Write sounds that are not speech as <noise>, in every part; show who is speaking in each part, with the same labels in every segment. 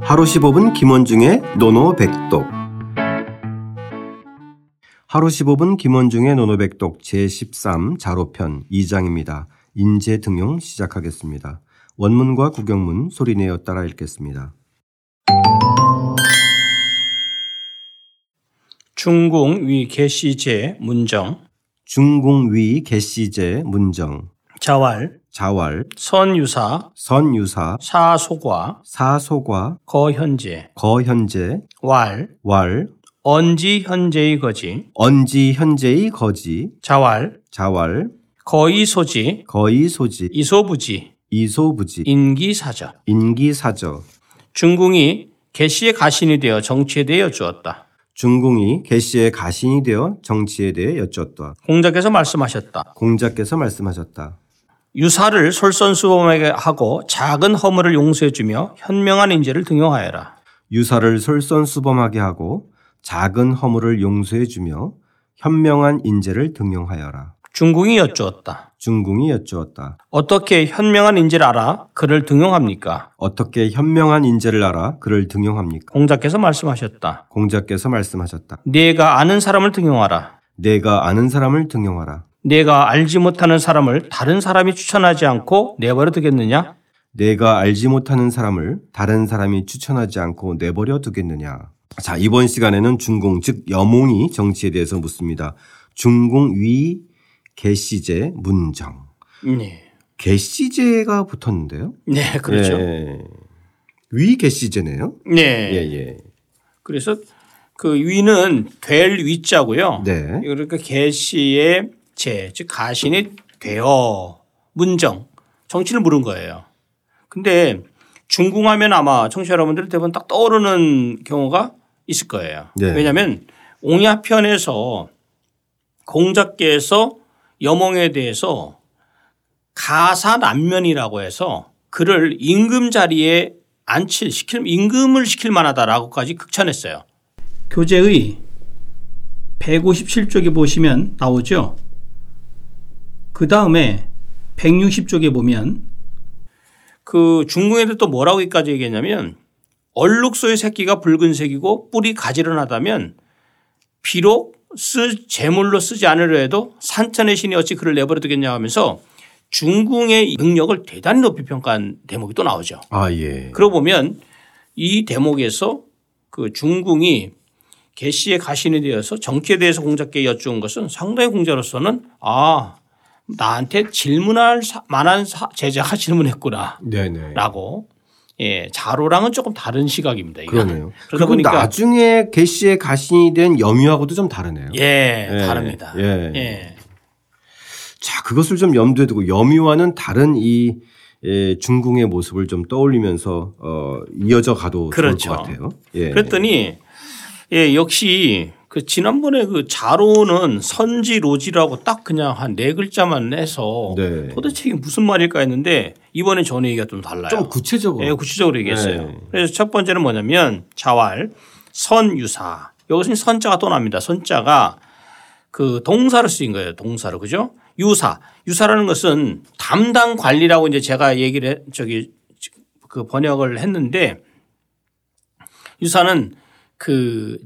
Speaker 1: 하루 15분 김원중의 노노백독 하루 15분 김원중의 노노백독 제13 자로편 2장입니다. 인재 등용 시작하겠습니다. 원문과 구경문 소리내어 따라 읽겠습니다.
Speaker 2: 중공 위 개시제 문정
Speaker 1: 중공위 개시제 문정
Speaker 2: 자왈
Speaker 1: 자왈
Speaker 2: 선유사
Speaker 1: 선유사
Speaker 2: 사소과
Speaker 1: 사소과
Speaker 2: 거현재
Speaker 1: 거현재
Speaker 2: 왈
Speaker 1: 왈
Speaker 2: 언지 현재의 거지
Speaker 1: 언지 현재의 거지
Speaker 2: 자왈
Speaker 1: 자왈
Speaker 2: 거의소지
Speaker 1: 거의 소지
Speaker 2: 이소부지
Speaker 1: 이소부지
Speaker 2: 인기사적
Speaker 1: 인기사저
Speaker 2: 중궁이 개시의 가신이 되어 정치에대해 여쭈었다.
Speaker 1: 중궁이 개씨의 가신이 되어 정치에 대해 여쭈었다.
Speaker 2: 공작에서 말씀하셨다.
Speaker 1: 공자께서 말씀하셨다.
Speaker 2: 유사를 솔선수범하게 하고 작은 허물을 용서해주며 현명한 인재를 등용하여라.
Speaker 1: 유사를 솔선수범하게 하고 작은 허물을 용서해주며 현명한 인재를 등용하여라.
Speaker 2: 중궁이 여쭈었다.
Speaker 1: 중궁이 여쭈었다.
Speaker 2: 어떻게 현명한 인재를 알아 그를 등용합니까?
Speaker 1: 어떻게 현명한 인재를 알아 그를 등용합니까?
Speaker 2: 공자께서 말씀하셨다.
Speaker 1: 공자께서 말씀하셨다.
Speaker 2: 내가 아는 사람을 등용하라.
Speaker 1: 내가 아는 사람을 등용하라.
Speaker 2: 내가 알지 못하는 사람을 다른 사람이 추천하지 않고 내버려 두겠느냐?
Speaker 1: 내가 알지 못하는 사람을 다른 사람이 추천하지 않고 내버려 두겠느냐. 자, 이번 시간에는 중공, 즉, 여몽이 정치에 대해서 묻습니다. 중공 위 개시제 문정.
Speaker 2: 네.
Speaker 1: 개시제가 붙었는데요.
Speaker 2: 네, 그렇죠.
Speaker 1: 예. 위 개시제네요.
Speaker 2: 네.
Speaker 1: 예, 예.
Speaker 2: 그래서 그 위는 될 위자고요.
Speaker 1: 네.
Speaker 2: 그러니까 개시의 제, 즉 가신이 되어 문정 정치를 물은 거예요. 근데 중궁하면 아마 청취자 여러분들 대부분 딱 떠오르는 경우가 있을 거예요.
Speaker 1: 네.
Speaker 2: 왜냐하면 옹야편에서 공작께서 여몽에 대해서 가사 난면이라고 해서 그를 임금 자리에 앉힐 시킬 임금을 시킬 만하다라고까지 극찬했어요. 교재의 157쪽에 보시면 나오죠. 그 다음에 160쪽에 보면 그 중궁에도 또 뭐라고까지 얘기했냐면 얼룩소의 새끼가 붉은색이고 뿔이 가지런하다면 비록 쓰 제물로 쓰지 않으려 해도 산천의 신이 어찌 그를 내버려 두겠냐 하면서 중궁의 능력을 대단히 높이 평가한 대목이 또 나오죠.
Speaker 1: 아, 예.
Speaker 2: 그러고 보면 이 대목에서 그 중궁이 개씨의 가신이 되어서 정치에 대해서 공작께 여쭈은 것은 상당히 공자로서는 아 나한테 질문할 사- 만한 사- 제자가 <laughs> 질문했구나라고
Speaker 1: 네네.
Speaker 2: 예 자로랑은 조금 다른 시각입니다. 이거.
Speaker 1: 그러네요.
Speaker 2: 그러다
Speaker 1: 그리고
Speaker 2: 보니까
Speaker 1: 나중에 개시의 가신이 된 염유하고도 좀 다르네요.
Speaker 2: 예,
Speaker 1: 예,
Speaker 2: 다릅니다.
Speaker 1: 예.
Speaker 2: 예.
Speaker 1: 자, 그것을 좀 염두에 두고 염유와는 다른 이 예, 중궁의 모습을 좀 떠올리면서 어, 이어져 가도
Speaker 2: 그렇죠.
Speaker 1: 좋을 것 같아요. 예.
Speaker 2: 그랬더니 예 역시 그 지난번에 그 자로는 선지로지라고 딱 그냥 한 네 글자만 내서
Speaker 1: 네.
Speaker 2: 도대체 이게 무슨 말일까 했는데 이번에 전 얘기가 좀 달라요.
Speaker 1: 좀 구체적으로.
Speaker 2: 예, 구체적으로 얘기했어요.
Speaker 1: 네.
Speaker 2: 그래서 첫 번째는 뭐냐면 자활 선유사. 여기서 선자가 또 납니다. 선자가 그 동사로 쓰인 거예요. 동사로 그죠? 유사. 유사라는 것은 담당 관리라고 이제 제가 얘기를 해- 저기 그 번역을 했는데 유사는 그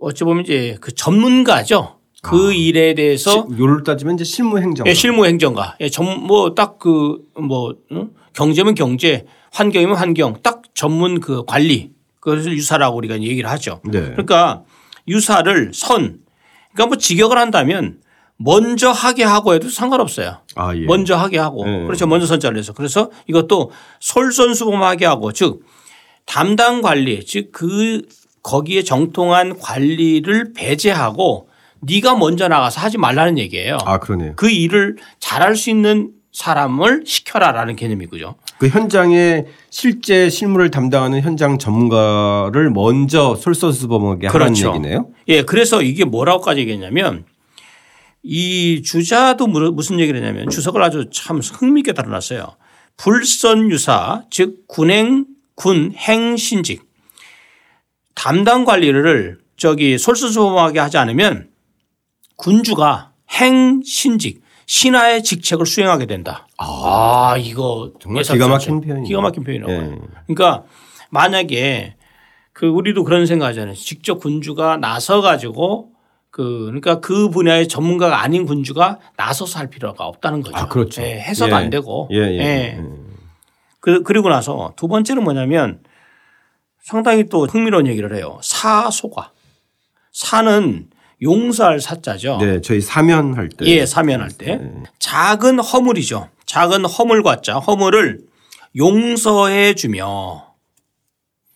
Speaker 2: 어찌 보면 이제 그 전문가죠. 그 일에 대해서
Speaker 1: 시- 요를 아. 따지면 이제 실무 행정.
Speaker 2: 예, 실무 행정가. 예, 전뭐딱그뭐 경제면 경제, 환경이면 환경, 딱 전문 그 관리 그것을 유사라고 우리가 얘기를 하죠.
Speaker 1: 네.
Speaker 2: 그러니까 유사를 선. 그러니까 뭐 직역을 한다면 먼저 하게 하고 해도 상관없어요.
Speaker 1: 아, 예.
Speaker 2: 먼저 하게 하고
Speaker 1: 예.
Speaker 2: 그렇죠. 먼저 선자를 해서 그래서 이것도 솔선수범하게 하고 즉 담당 관리 즉 그 거기에 정통한 관리를 배제하고 네가 먼저 나가서 하지 말라는 얘기예요.
Speaker 1: 아, 그러네요.
Speaker 2: 그 일을 잘할 수 있는 사람을 시켜라라는 개념이고요.
Speaker 1: 그 현장에 실제 실무를 담당하는 현장 전문가를 먼저 솔선수범하게
Speaker 2: 그렇죠.
Speaker 1: 하는 얘기네요.
Speaker 2: 예, 그래서 이게 뭐라고까지 얘기했냐면 이 주자도 무- 무슨 얘기를 했냐면 주석을 아주 참 흥미있게 다뤄놨어요. 불선유사 즉 군행 군 행신직 담당 관리를 저기 솔선수범하게 하지 않으면 군주가 행신직 신하의 직책을 수행하게 된다. 아, 이거
Speaker 1: 정말
Speaker 2: 예상치
Speaker 1: 기가
Speaker 2: 않죠.
Speaker 1: 막힌 표현이네요.
Speaker 2: 기가 막힌 표현이라고
Speaker 1: 예.
Speaker 2: 요 그러니까 만약에 그 우리도 그런 생각하잖아요. 직접 군주가 나서 가지고 그 그러니까 그 분야의 전문가가 아닌 군주가 나서서 할 필요가 없다는 거죠.
Speaker 1: 아, 그렇죠.
Speaker 2: 예, 해서도
Speaker 1: 예.
Speaker 2: 안 되고.
Speaker 1: 예, 예.
Speaker 2: 예.
Speaker 1: 예.
Speaker 2: 그, 그리고 나서 두 번째는 뭐냐면 상당히 또 흥미로운 얘기를 해요. 사소가. 사는 용서할 사자죠.
Speaker 1: 네, 저희 사면할 때. 음.
Speaker 2: 예, 사면할 때. 작은 허물이죠. 작은 허물과 자, 허물을 용서해 주며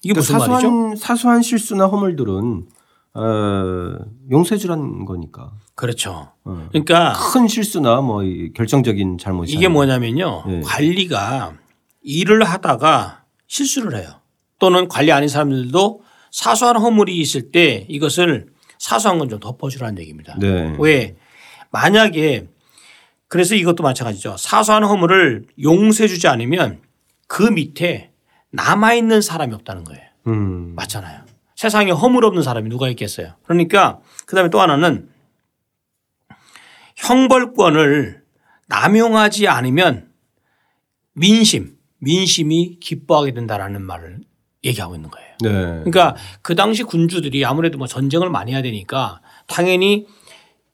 Speaker 2: 이게 무슨
Speaker 1: 그러니까 사소한,
Speaker 2: 말이죠?
Speaker 1: 사소한 실수나 허물들은 어, 용서해주라는 거니까.
Speaker 2: 그렇죠.
Speaker 1: 어.
Speaker 2: 그러니까
Speaker 1: 큰 실수나 뭐이 결정적인 잘못이
Speaker 2: 이게
Speaker 1: 아니라.
Speaker 2: 뭐냐면요.
Speaker 1: 예.
Speaker 2: 관리가 일을 하다가 실수를 해요. 또는 관리 아닌 사람들도 사소한 허물이 있을 때 이것을 사소한 건 좀 덮어주라는 얘기입니다.
Speaker 1: 네.
Speaker 2: 왜? 만약에 그래서 이것도 마찬가지죠. 사소한 허물을 용서해 주지 않으면 그 밑에 남아있는 사람이 없다는 거예요.
Speaker 1: 음.
Speaker 2: 맞잖아요. 세상에 허물 없는 사람이 누가 있겠어요. 그러니까 그다음에 또 하나는 형벌권을 남용하지 않으면 민심, 민심이 기뻐하게 된다라는 말을 얘기하고 있는 거예요.
Speaker 1: 네.
Speaker 2: 그러니까 그 당시 군주들이 아무래도 뭐 전쟁을 많이 해야 되니까 당연히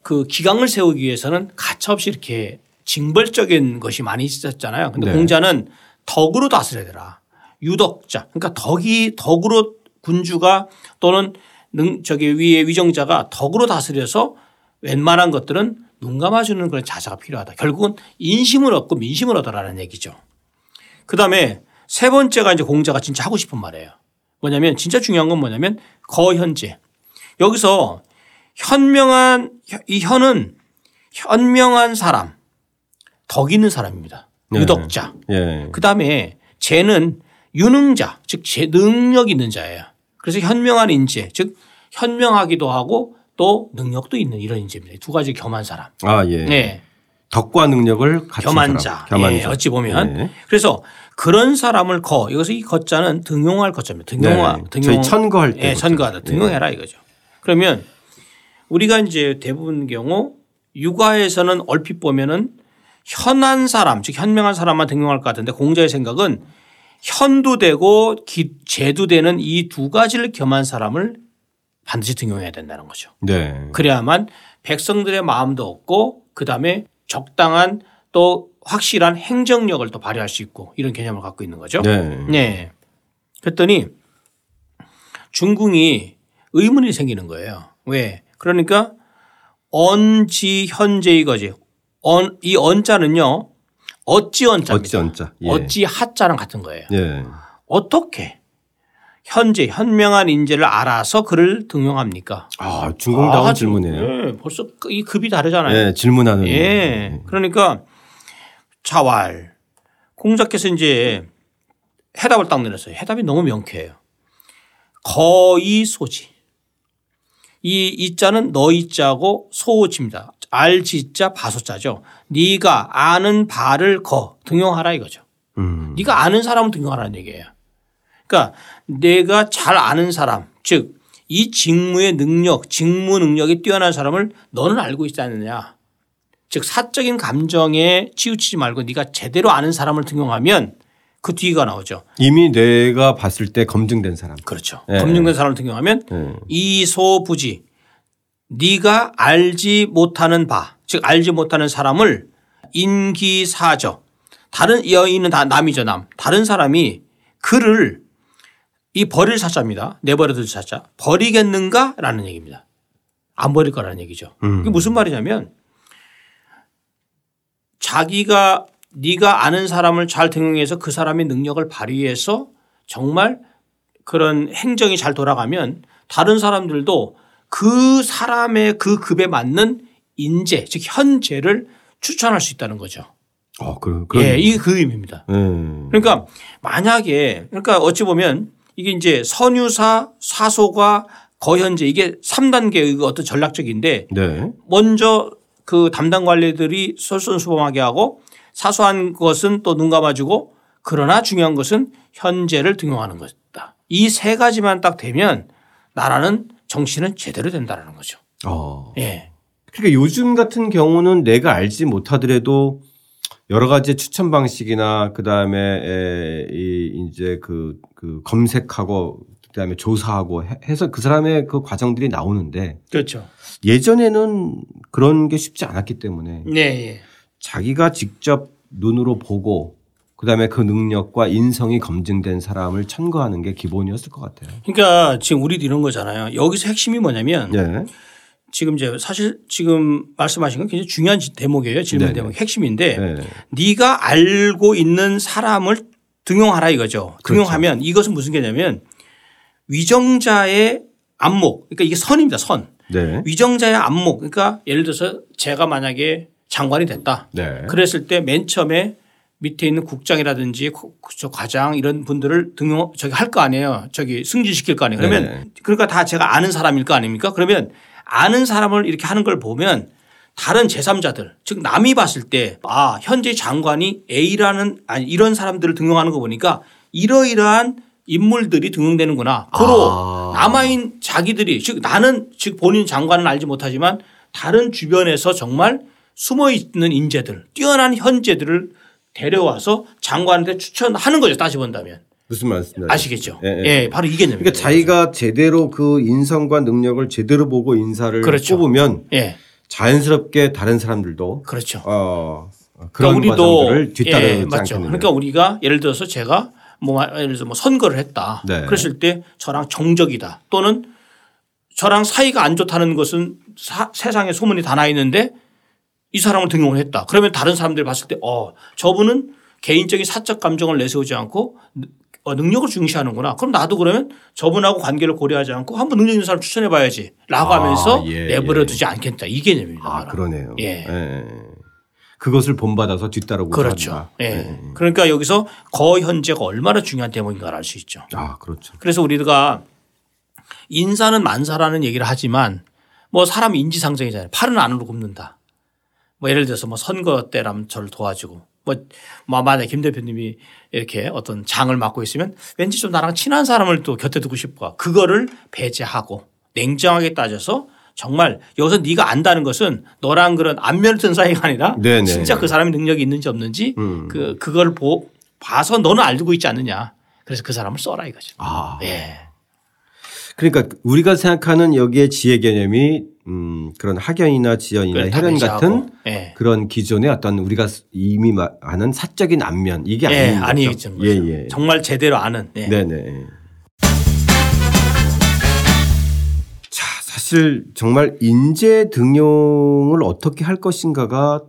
Speaker 2: 그 기강을 세우기 위해서는 가차없이 이렇게 징벌적인 것이 많이 있었잖아요. 근데
Speaker 1: 네.
Speaker 2: 공자는 덕으로 다스려야 되라. 유덕자. 그러니까 덕이 덕으로 군주가 또는 능 저기 위에 위정자가 덕으로 다스려서 웬만한 것들은 눈 감아주는 그런 자세가 필요하다. 결국은 인심을 얻고 민심을 얻어라는 얘기죠. 그 다음에 세 번째가 이제 공자가 진짜 하고 싶은 말이에요. 뭐냐면 진짜 중요한 건 뭐냐면 거현재. 여기서 현명한 이 현은 현명한 사람, 덕 있는 사람입니다.
Speaker 1: 네.
Speaker 2: 유덕자.
Speaker 1: 예.
Speaker 2: 그 다음에 재는 유능자, 즉 재- 능력 있는 자예요. 그래서 현명한 인재, 즉 현명하기도 하고 또 능력도 있는 이런 인재입니다. 두 가지 겸한 사람.
Speaker 1: 아, 예.
Speaker 2: 네.
Speaker 1: 덕과 능력을 같이
Speaker 2: 겸한 자. 예, 어찌 보면. 그래서 그런 사람을 거 여기서 이 거자는 등용할 거자입니다. 등용화
Speaker 1: 네.
Speaker 2: 등용
Speaker 1: 저희 천거할 때
Speaker 2: 예,
Speaker 1: 거죠.
Speaker 2: 천거하다 등용해라 이거죠. 그러면 우리가 이제 대부분 경우 육아에서는 얼핏 보면은 현한 사람 즉 현명한 사람만 등용할 것 같은데 공자의 생각은 현도 되고 기- 제도 되는 이 두 가지를 겸한 사람을 반드시 등용해야 된다는 거죠.
Speaker 1: 네.
Speaker 2: 그래야만 백성들의 마음도 얻고 그다음에 적당한 또 확실한 행정력을 또 발휘할 수 있고 이런 개념을 갖고 있는 거죠.
Speaker 1: 네.
Speaker 2: 네. 그랬더니 중궁이 의문이 생기는 거예요. 왜? 그러니까 언지 현재의 거지. 언, 이 언자는요. 어찌 언자입니다.
Speaker 1: 어찌 언짜. 예.
Speaker 2: 어찌 하자랑 같은 거예요.
Speaker 1: 예.
Speaker 2: 어떻게 현재 현명한 인재를 알아서 그를 등용합니까?
Speaker 1: 아, 중공다운
Speaker 2: 아,
Speaker 1: 질문이에요.
Speaker 2: 예, 벌써 그- 이 급이 다르잖아요.
Speaker 1: 예, 질문하는.
Speaker 2: 예. 그러니까 자활 공자께서 이제 해답을 딱 내렸어요. 해답이 너무 명쾌해요. 거의 소지. 이 이자는 너희 자고 소지입니다. 알지자 바소자죠. 네가 아는 바를 거 등용하라 이거죠.
Speaker 1: 음.
Speaker 2: 네가 아는 사람을 등용하라는 얘기예요. 그러니까 내가 잘 아는 사람, 즉 이 직무의 능력, 직무 능력이 뛰어난 사람을 너는 알고 있지 않느냐. 즉 사적인 감정에 치우치지 말고 네가 제대로 아는 사람을 등용하면 그 뒤가 나오죠.
Speaker 1: 이미 내가 봤을 때 검증된 사람.
Speaker 2: 그렇죠.
Speaker 1: 예.
Speaker 2: 검증된 사람을 등용하면
Speaker 1: 예.
Speaker 2: 이소부지 네가 알지 못하는 바, 즉 알지 못하는 사람을 인기사저 다른 여인은 다 남이죠 남 다른 사람이 그를 이 버릴 사자입니다 내버려둘 사자 버리겠는가라는 얘기입니다 안 버릴 거라는 얘기죠
Speaker 1: 음.
Speaker 2: 이게 무슨 말이냐면 자기가 네가 아는 사람을 잘 등용해서 그 사람의 능력을 발휘해서 정말 그런 행정이 잘 돌아가면 다른 사람들도 그 사람의 그 급에 맞는 인재 즉 현재를 추천할 수 있다는 거죠.
Speaker 1: 어, 그, 그런.
Speaker 2: 예, 이게 그 의미입니다.
Speaker 1: 예.
Speaker 2: 그러니까 만약에 그러니까 어찌 보면 이게 이제 선유사 사소가 거현재 이게 3단계의 어떤 전략적인데
Speaker 1: 네.
Speaker 2: 먼저 그 담당 관리들이 솔선수범하게 하고 사소한 것은 또 눈 감아주고 그러나 중요한 것은 현재를 등용하는 것이다. 이 세 가지만 딱 되면 나라는 정신은 제대로 된다라는 거죠.
Speaker 1: 어.
Speaker 2: 예.
Speaker 1: 그러니까 요즘 같은 경우는 내가 알지 못하더라도 여러 가지 추천 방식이나 그 다음에 이 이제 그, 그 검색하고 그다음에 조사하고 해- 해서 그 사람의 그 과정들이 나오는데
Speaker 2: 그렇죠.
Speaker 1: 예전에는 그런 게 쉽지 않았기 때문에
Speaker 2: 네. 예.
Speaker 1: 자기가 직접 눈으로 보고 그다음에 그 능력과 인성이 검증된 사람을 천거하는 게 기본이었을 것 같아요.
Speaker 2: 그러니까 지금 우리도 이런 거잖아요. 여기서 핵심이 뭐냐면
Speaker 1: 네.
Speaker 2: 지금 이제 사실 지금 말씀하신 건 굉장히 중요한 지- 대목이에요. 질문
Speaker 1: 네네.
Speaker 2: 대목 핵심인데
Speaker 1: 네.
Speaker 2: 네가 알고 있는 사람을 등용하라 이거죠.
Speaker 1: 그렇죠.
Speaker 2: 등용하면 이것은 무슨 개냐면 위정자의 안목 그러니까 이게 선입니다. 선.
Speaker 1: 네.
Speaker 2: 위정자의 안목 그러니까 예를 들어서 제가 만약에 장관이 됐다.
Speaker 1: 네.
Speaker 2: 그랬을 때 맨 처음에 밑에 있는 국장이라든지 고- 저 과장 이런 분들을 등용 저기 할 거 아니에요. 저기 승진시킬 거 아니에요. 그러면
Speaker 1: 네네.
Speaker 2: 그러니까 다 제가 아는 사람일 거 아닙니까? 그러면 아는 사람을 이렇게 하는 걸 보면 다른 제3자들 즉 남이 봤을 때 아, 현재 장관이 A라는 아니 이런 사람들을 등용하는 거 보니까 이러이러한 인물들이 등용되는구나. 고로
Speaker 1: 아.
Speaker 2: 남아인 자기들이 즉 나는 즉 본인 장관은 알지 못하지만 다른 주변에서 정말 숨어 있는 인재들 뛰어난 현재들을 데려와서 장관한테 추천하는 거죠 따지 본다면
Speaker 1: 무슨 말씀이세요?
Speaker 2: 아시겠죠?
Speaker 1: 예,
Speaker 2: 예,
Speaker 1: 예.
Speaker 2: 바로 이게 념니다
Speaker 1: 그러니까 자기가 제대로 그 인성과 능력을 제대로 보고 인사를
Speaker 2: 그렇죠.
Speaker 1: 뽑으면
Speaker 2: 예,
Speaker 1: 자연스럽게 다른 사람도
Speaker 2: 그렇죠.
Speaker 1: 어, 그런
Speaker 2: 그러니까 우리도
Speaker 1: 과정들을 뒤따르지
Speaker 2: 예, 맞죠.
Speaker 1: 않겠느냐.
Speaker 2: 그러니까 우리가 예를 들어서 제가 뭐 예를 들어서 뭐 선거를 했다.
Speaker 1: 네.
Speaker 2: 그랬을 때 저랑 정적이다 또는 저랑 사이가 안 좋다는 것은 사- 세상에 소문이 다 나 있는데 이 사람을 등용을 했다. 그러면 다른 사람들이 봤을 때 어, 저분은 개인적인 사적 감정을 내세우지 않고 능- 어, 능력을 중시하는구나. 그럼 나도 그러면 저분하고 관계를 고려하지 않고 한번 능력 있는 사람 추천해 봐야지 라고
Speaker 1: 아,
Speaker 2: 하면서
Speaker 1: 예,
Speaker 2: 내버려
Speaker 1: 예.
Speaker 2: 두지 않겠다. 이 개념입니다.
Speaker 1: 아 그러네요.
Speaker 2: 예.
Speaker 1: 그것을 본받아서 뒤따르고
Speaker 2: 그렇죠.
Speaker 1: 한다.
Speaker 2: 예. 그러니까 여기서 거현재가 얼마나 중요한 대목인가를 알 수 있죠.
Speaker 1: 아 그렇죠.
Speaker 2: 그래서 우리가 인사는 만사라는 얘기를 하지만 뭐 사람 인지상정이잖아요. 팔은 안으로 굽는다. 뭐 예를 들어서 뭐 선거 때라면 저를 도와주고 뭐, 뭐 만약에 김 대표님이 이렇게 어떤 장을 맡고 있으면 왠지 좀 나랑 친한 사람을 또 곁에 두고 싶어. 그거를 배제하고 냉정하게 따져서 정말 여기서 네가 안다는 것은 너랑 그런 안면을 든 사이가 아니라
Speaker 1: 네네. 음.
Speaker 2: 진짜 그 사람이 능력이 있는지 없는지 그 그걸 보 봐서 너는 알고 있지 않느냐. 그래서 그 사람을 써라 이거죠.
Speaker 1: 아
Speaker 2: 예.
Speaker 1: 그러니까 우리가 생각하는 여기에 지혜 개념이 음, 그런 학연이나 지연이나
Speaker 2: 그걸 다
Speaker 1: 혈연 같은
Speaker 2: 배제하고. 예.
Speaker 1: 그런 기존의 어떤 우리가 이미 마- 아는 사적인 안면 이게
Speaker 2: 예,
Speaker 1: 아닌
Speaker 2: 아니겠죠.
Speaker 1: 거죠. 예, 예.
Speaker 2: 정말 제대로 아는. 예.
Speaker 1: 네네. 자, 사실 정말 인재 등용을 어떻게 할 것인가가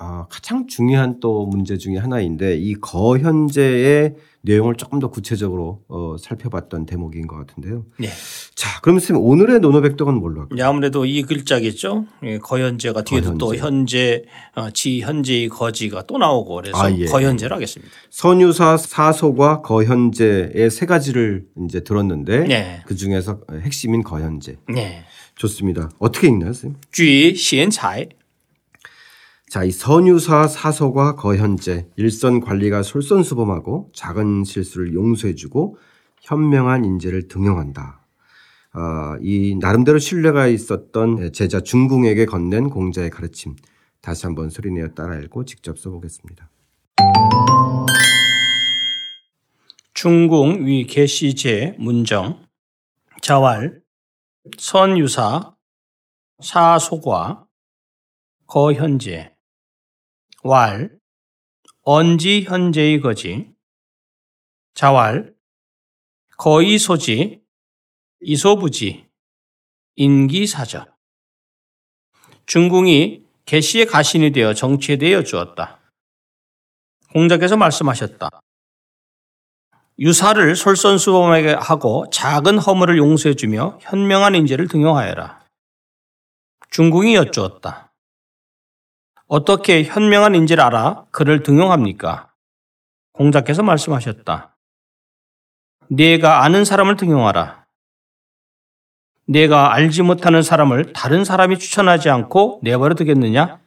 Speaker 1: 아, 가장 중요한 또 문제 중에 하나인데 이 거현재의 내용을 조금 더 구체적으로 어, 살펴봤던 대목인 것 같은데요.
Speaker 2: 예.
Speaker 1: 자, 그럼 선생님 오늘의 노노백덕은 뭘로 할까요?
Speaker 2: 이제 아무래도 이 글자겠죠. 예, 거현재가 뒤에도 또 현재, 어, 지 현재의 거지가 또 나오고 그래서
Speaker 1: 아, 예.
Speaker 2: 거현재로 하겠습니다.
Speaker 1: 선유사 사소과 거현재의 세 가지를 이제 들었는데
Speaker 2: 네.
Speaker 1: 그 중에서 핵심인 거현재.
Speaker 2: 예.
Speaker 1: 좋습니다. 어떻게 읽나요, 선생님?
Speaker 2: 쥐 시엔차이
Speaker 1: 자, 이 선유사 사서가 거현재 일선 관리가 솔선수범하고 작은 실수를 용서해주고 현명한 인재를 등용한다. 아, 이 나름대로 신뢰가 있었던 제자 중궁에게 건넨 공자의 가르침 다시 한번 소리내어 따라 읽고 직접 써보겠습니다.
Speaker 2: 중궁 위 개시제 문정 자왈 선유사 사소과 거현재 왈 언지 현재의 거지 자왈 거이소지 이소부지 인기사절 중궁이 개시의 가신이 되어 정치에 대여 주었다. 공자께서 말씀하셨다. 유사를 솔선수범하게 하고 작은 허물을 용서해주며 현명한 인재를 등용하여라. 중궁이 여쭈었다. 어떻게 현명한 인재를 알아 그를 등용합니까? 공자께서 말씀하셨다. 네가 아는 사람을 등용하라. 네가 알지 못하는 사람을 다른 사람이 추천하지 않고 내버려 두겠느냐?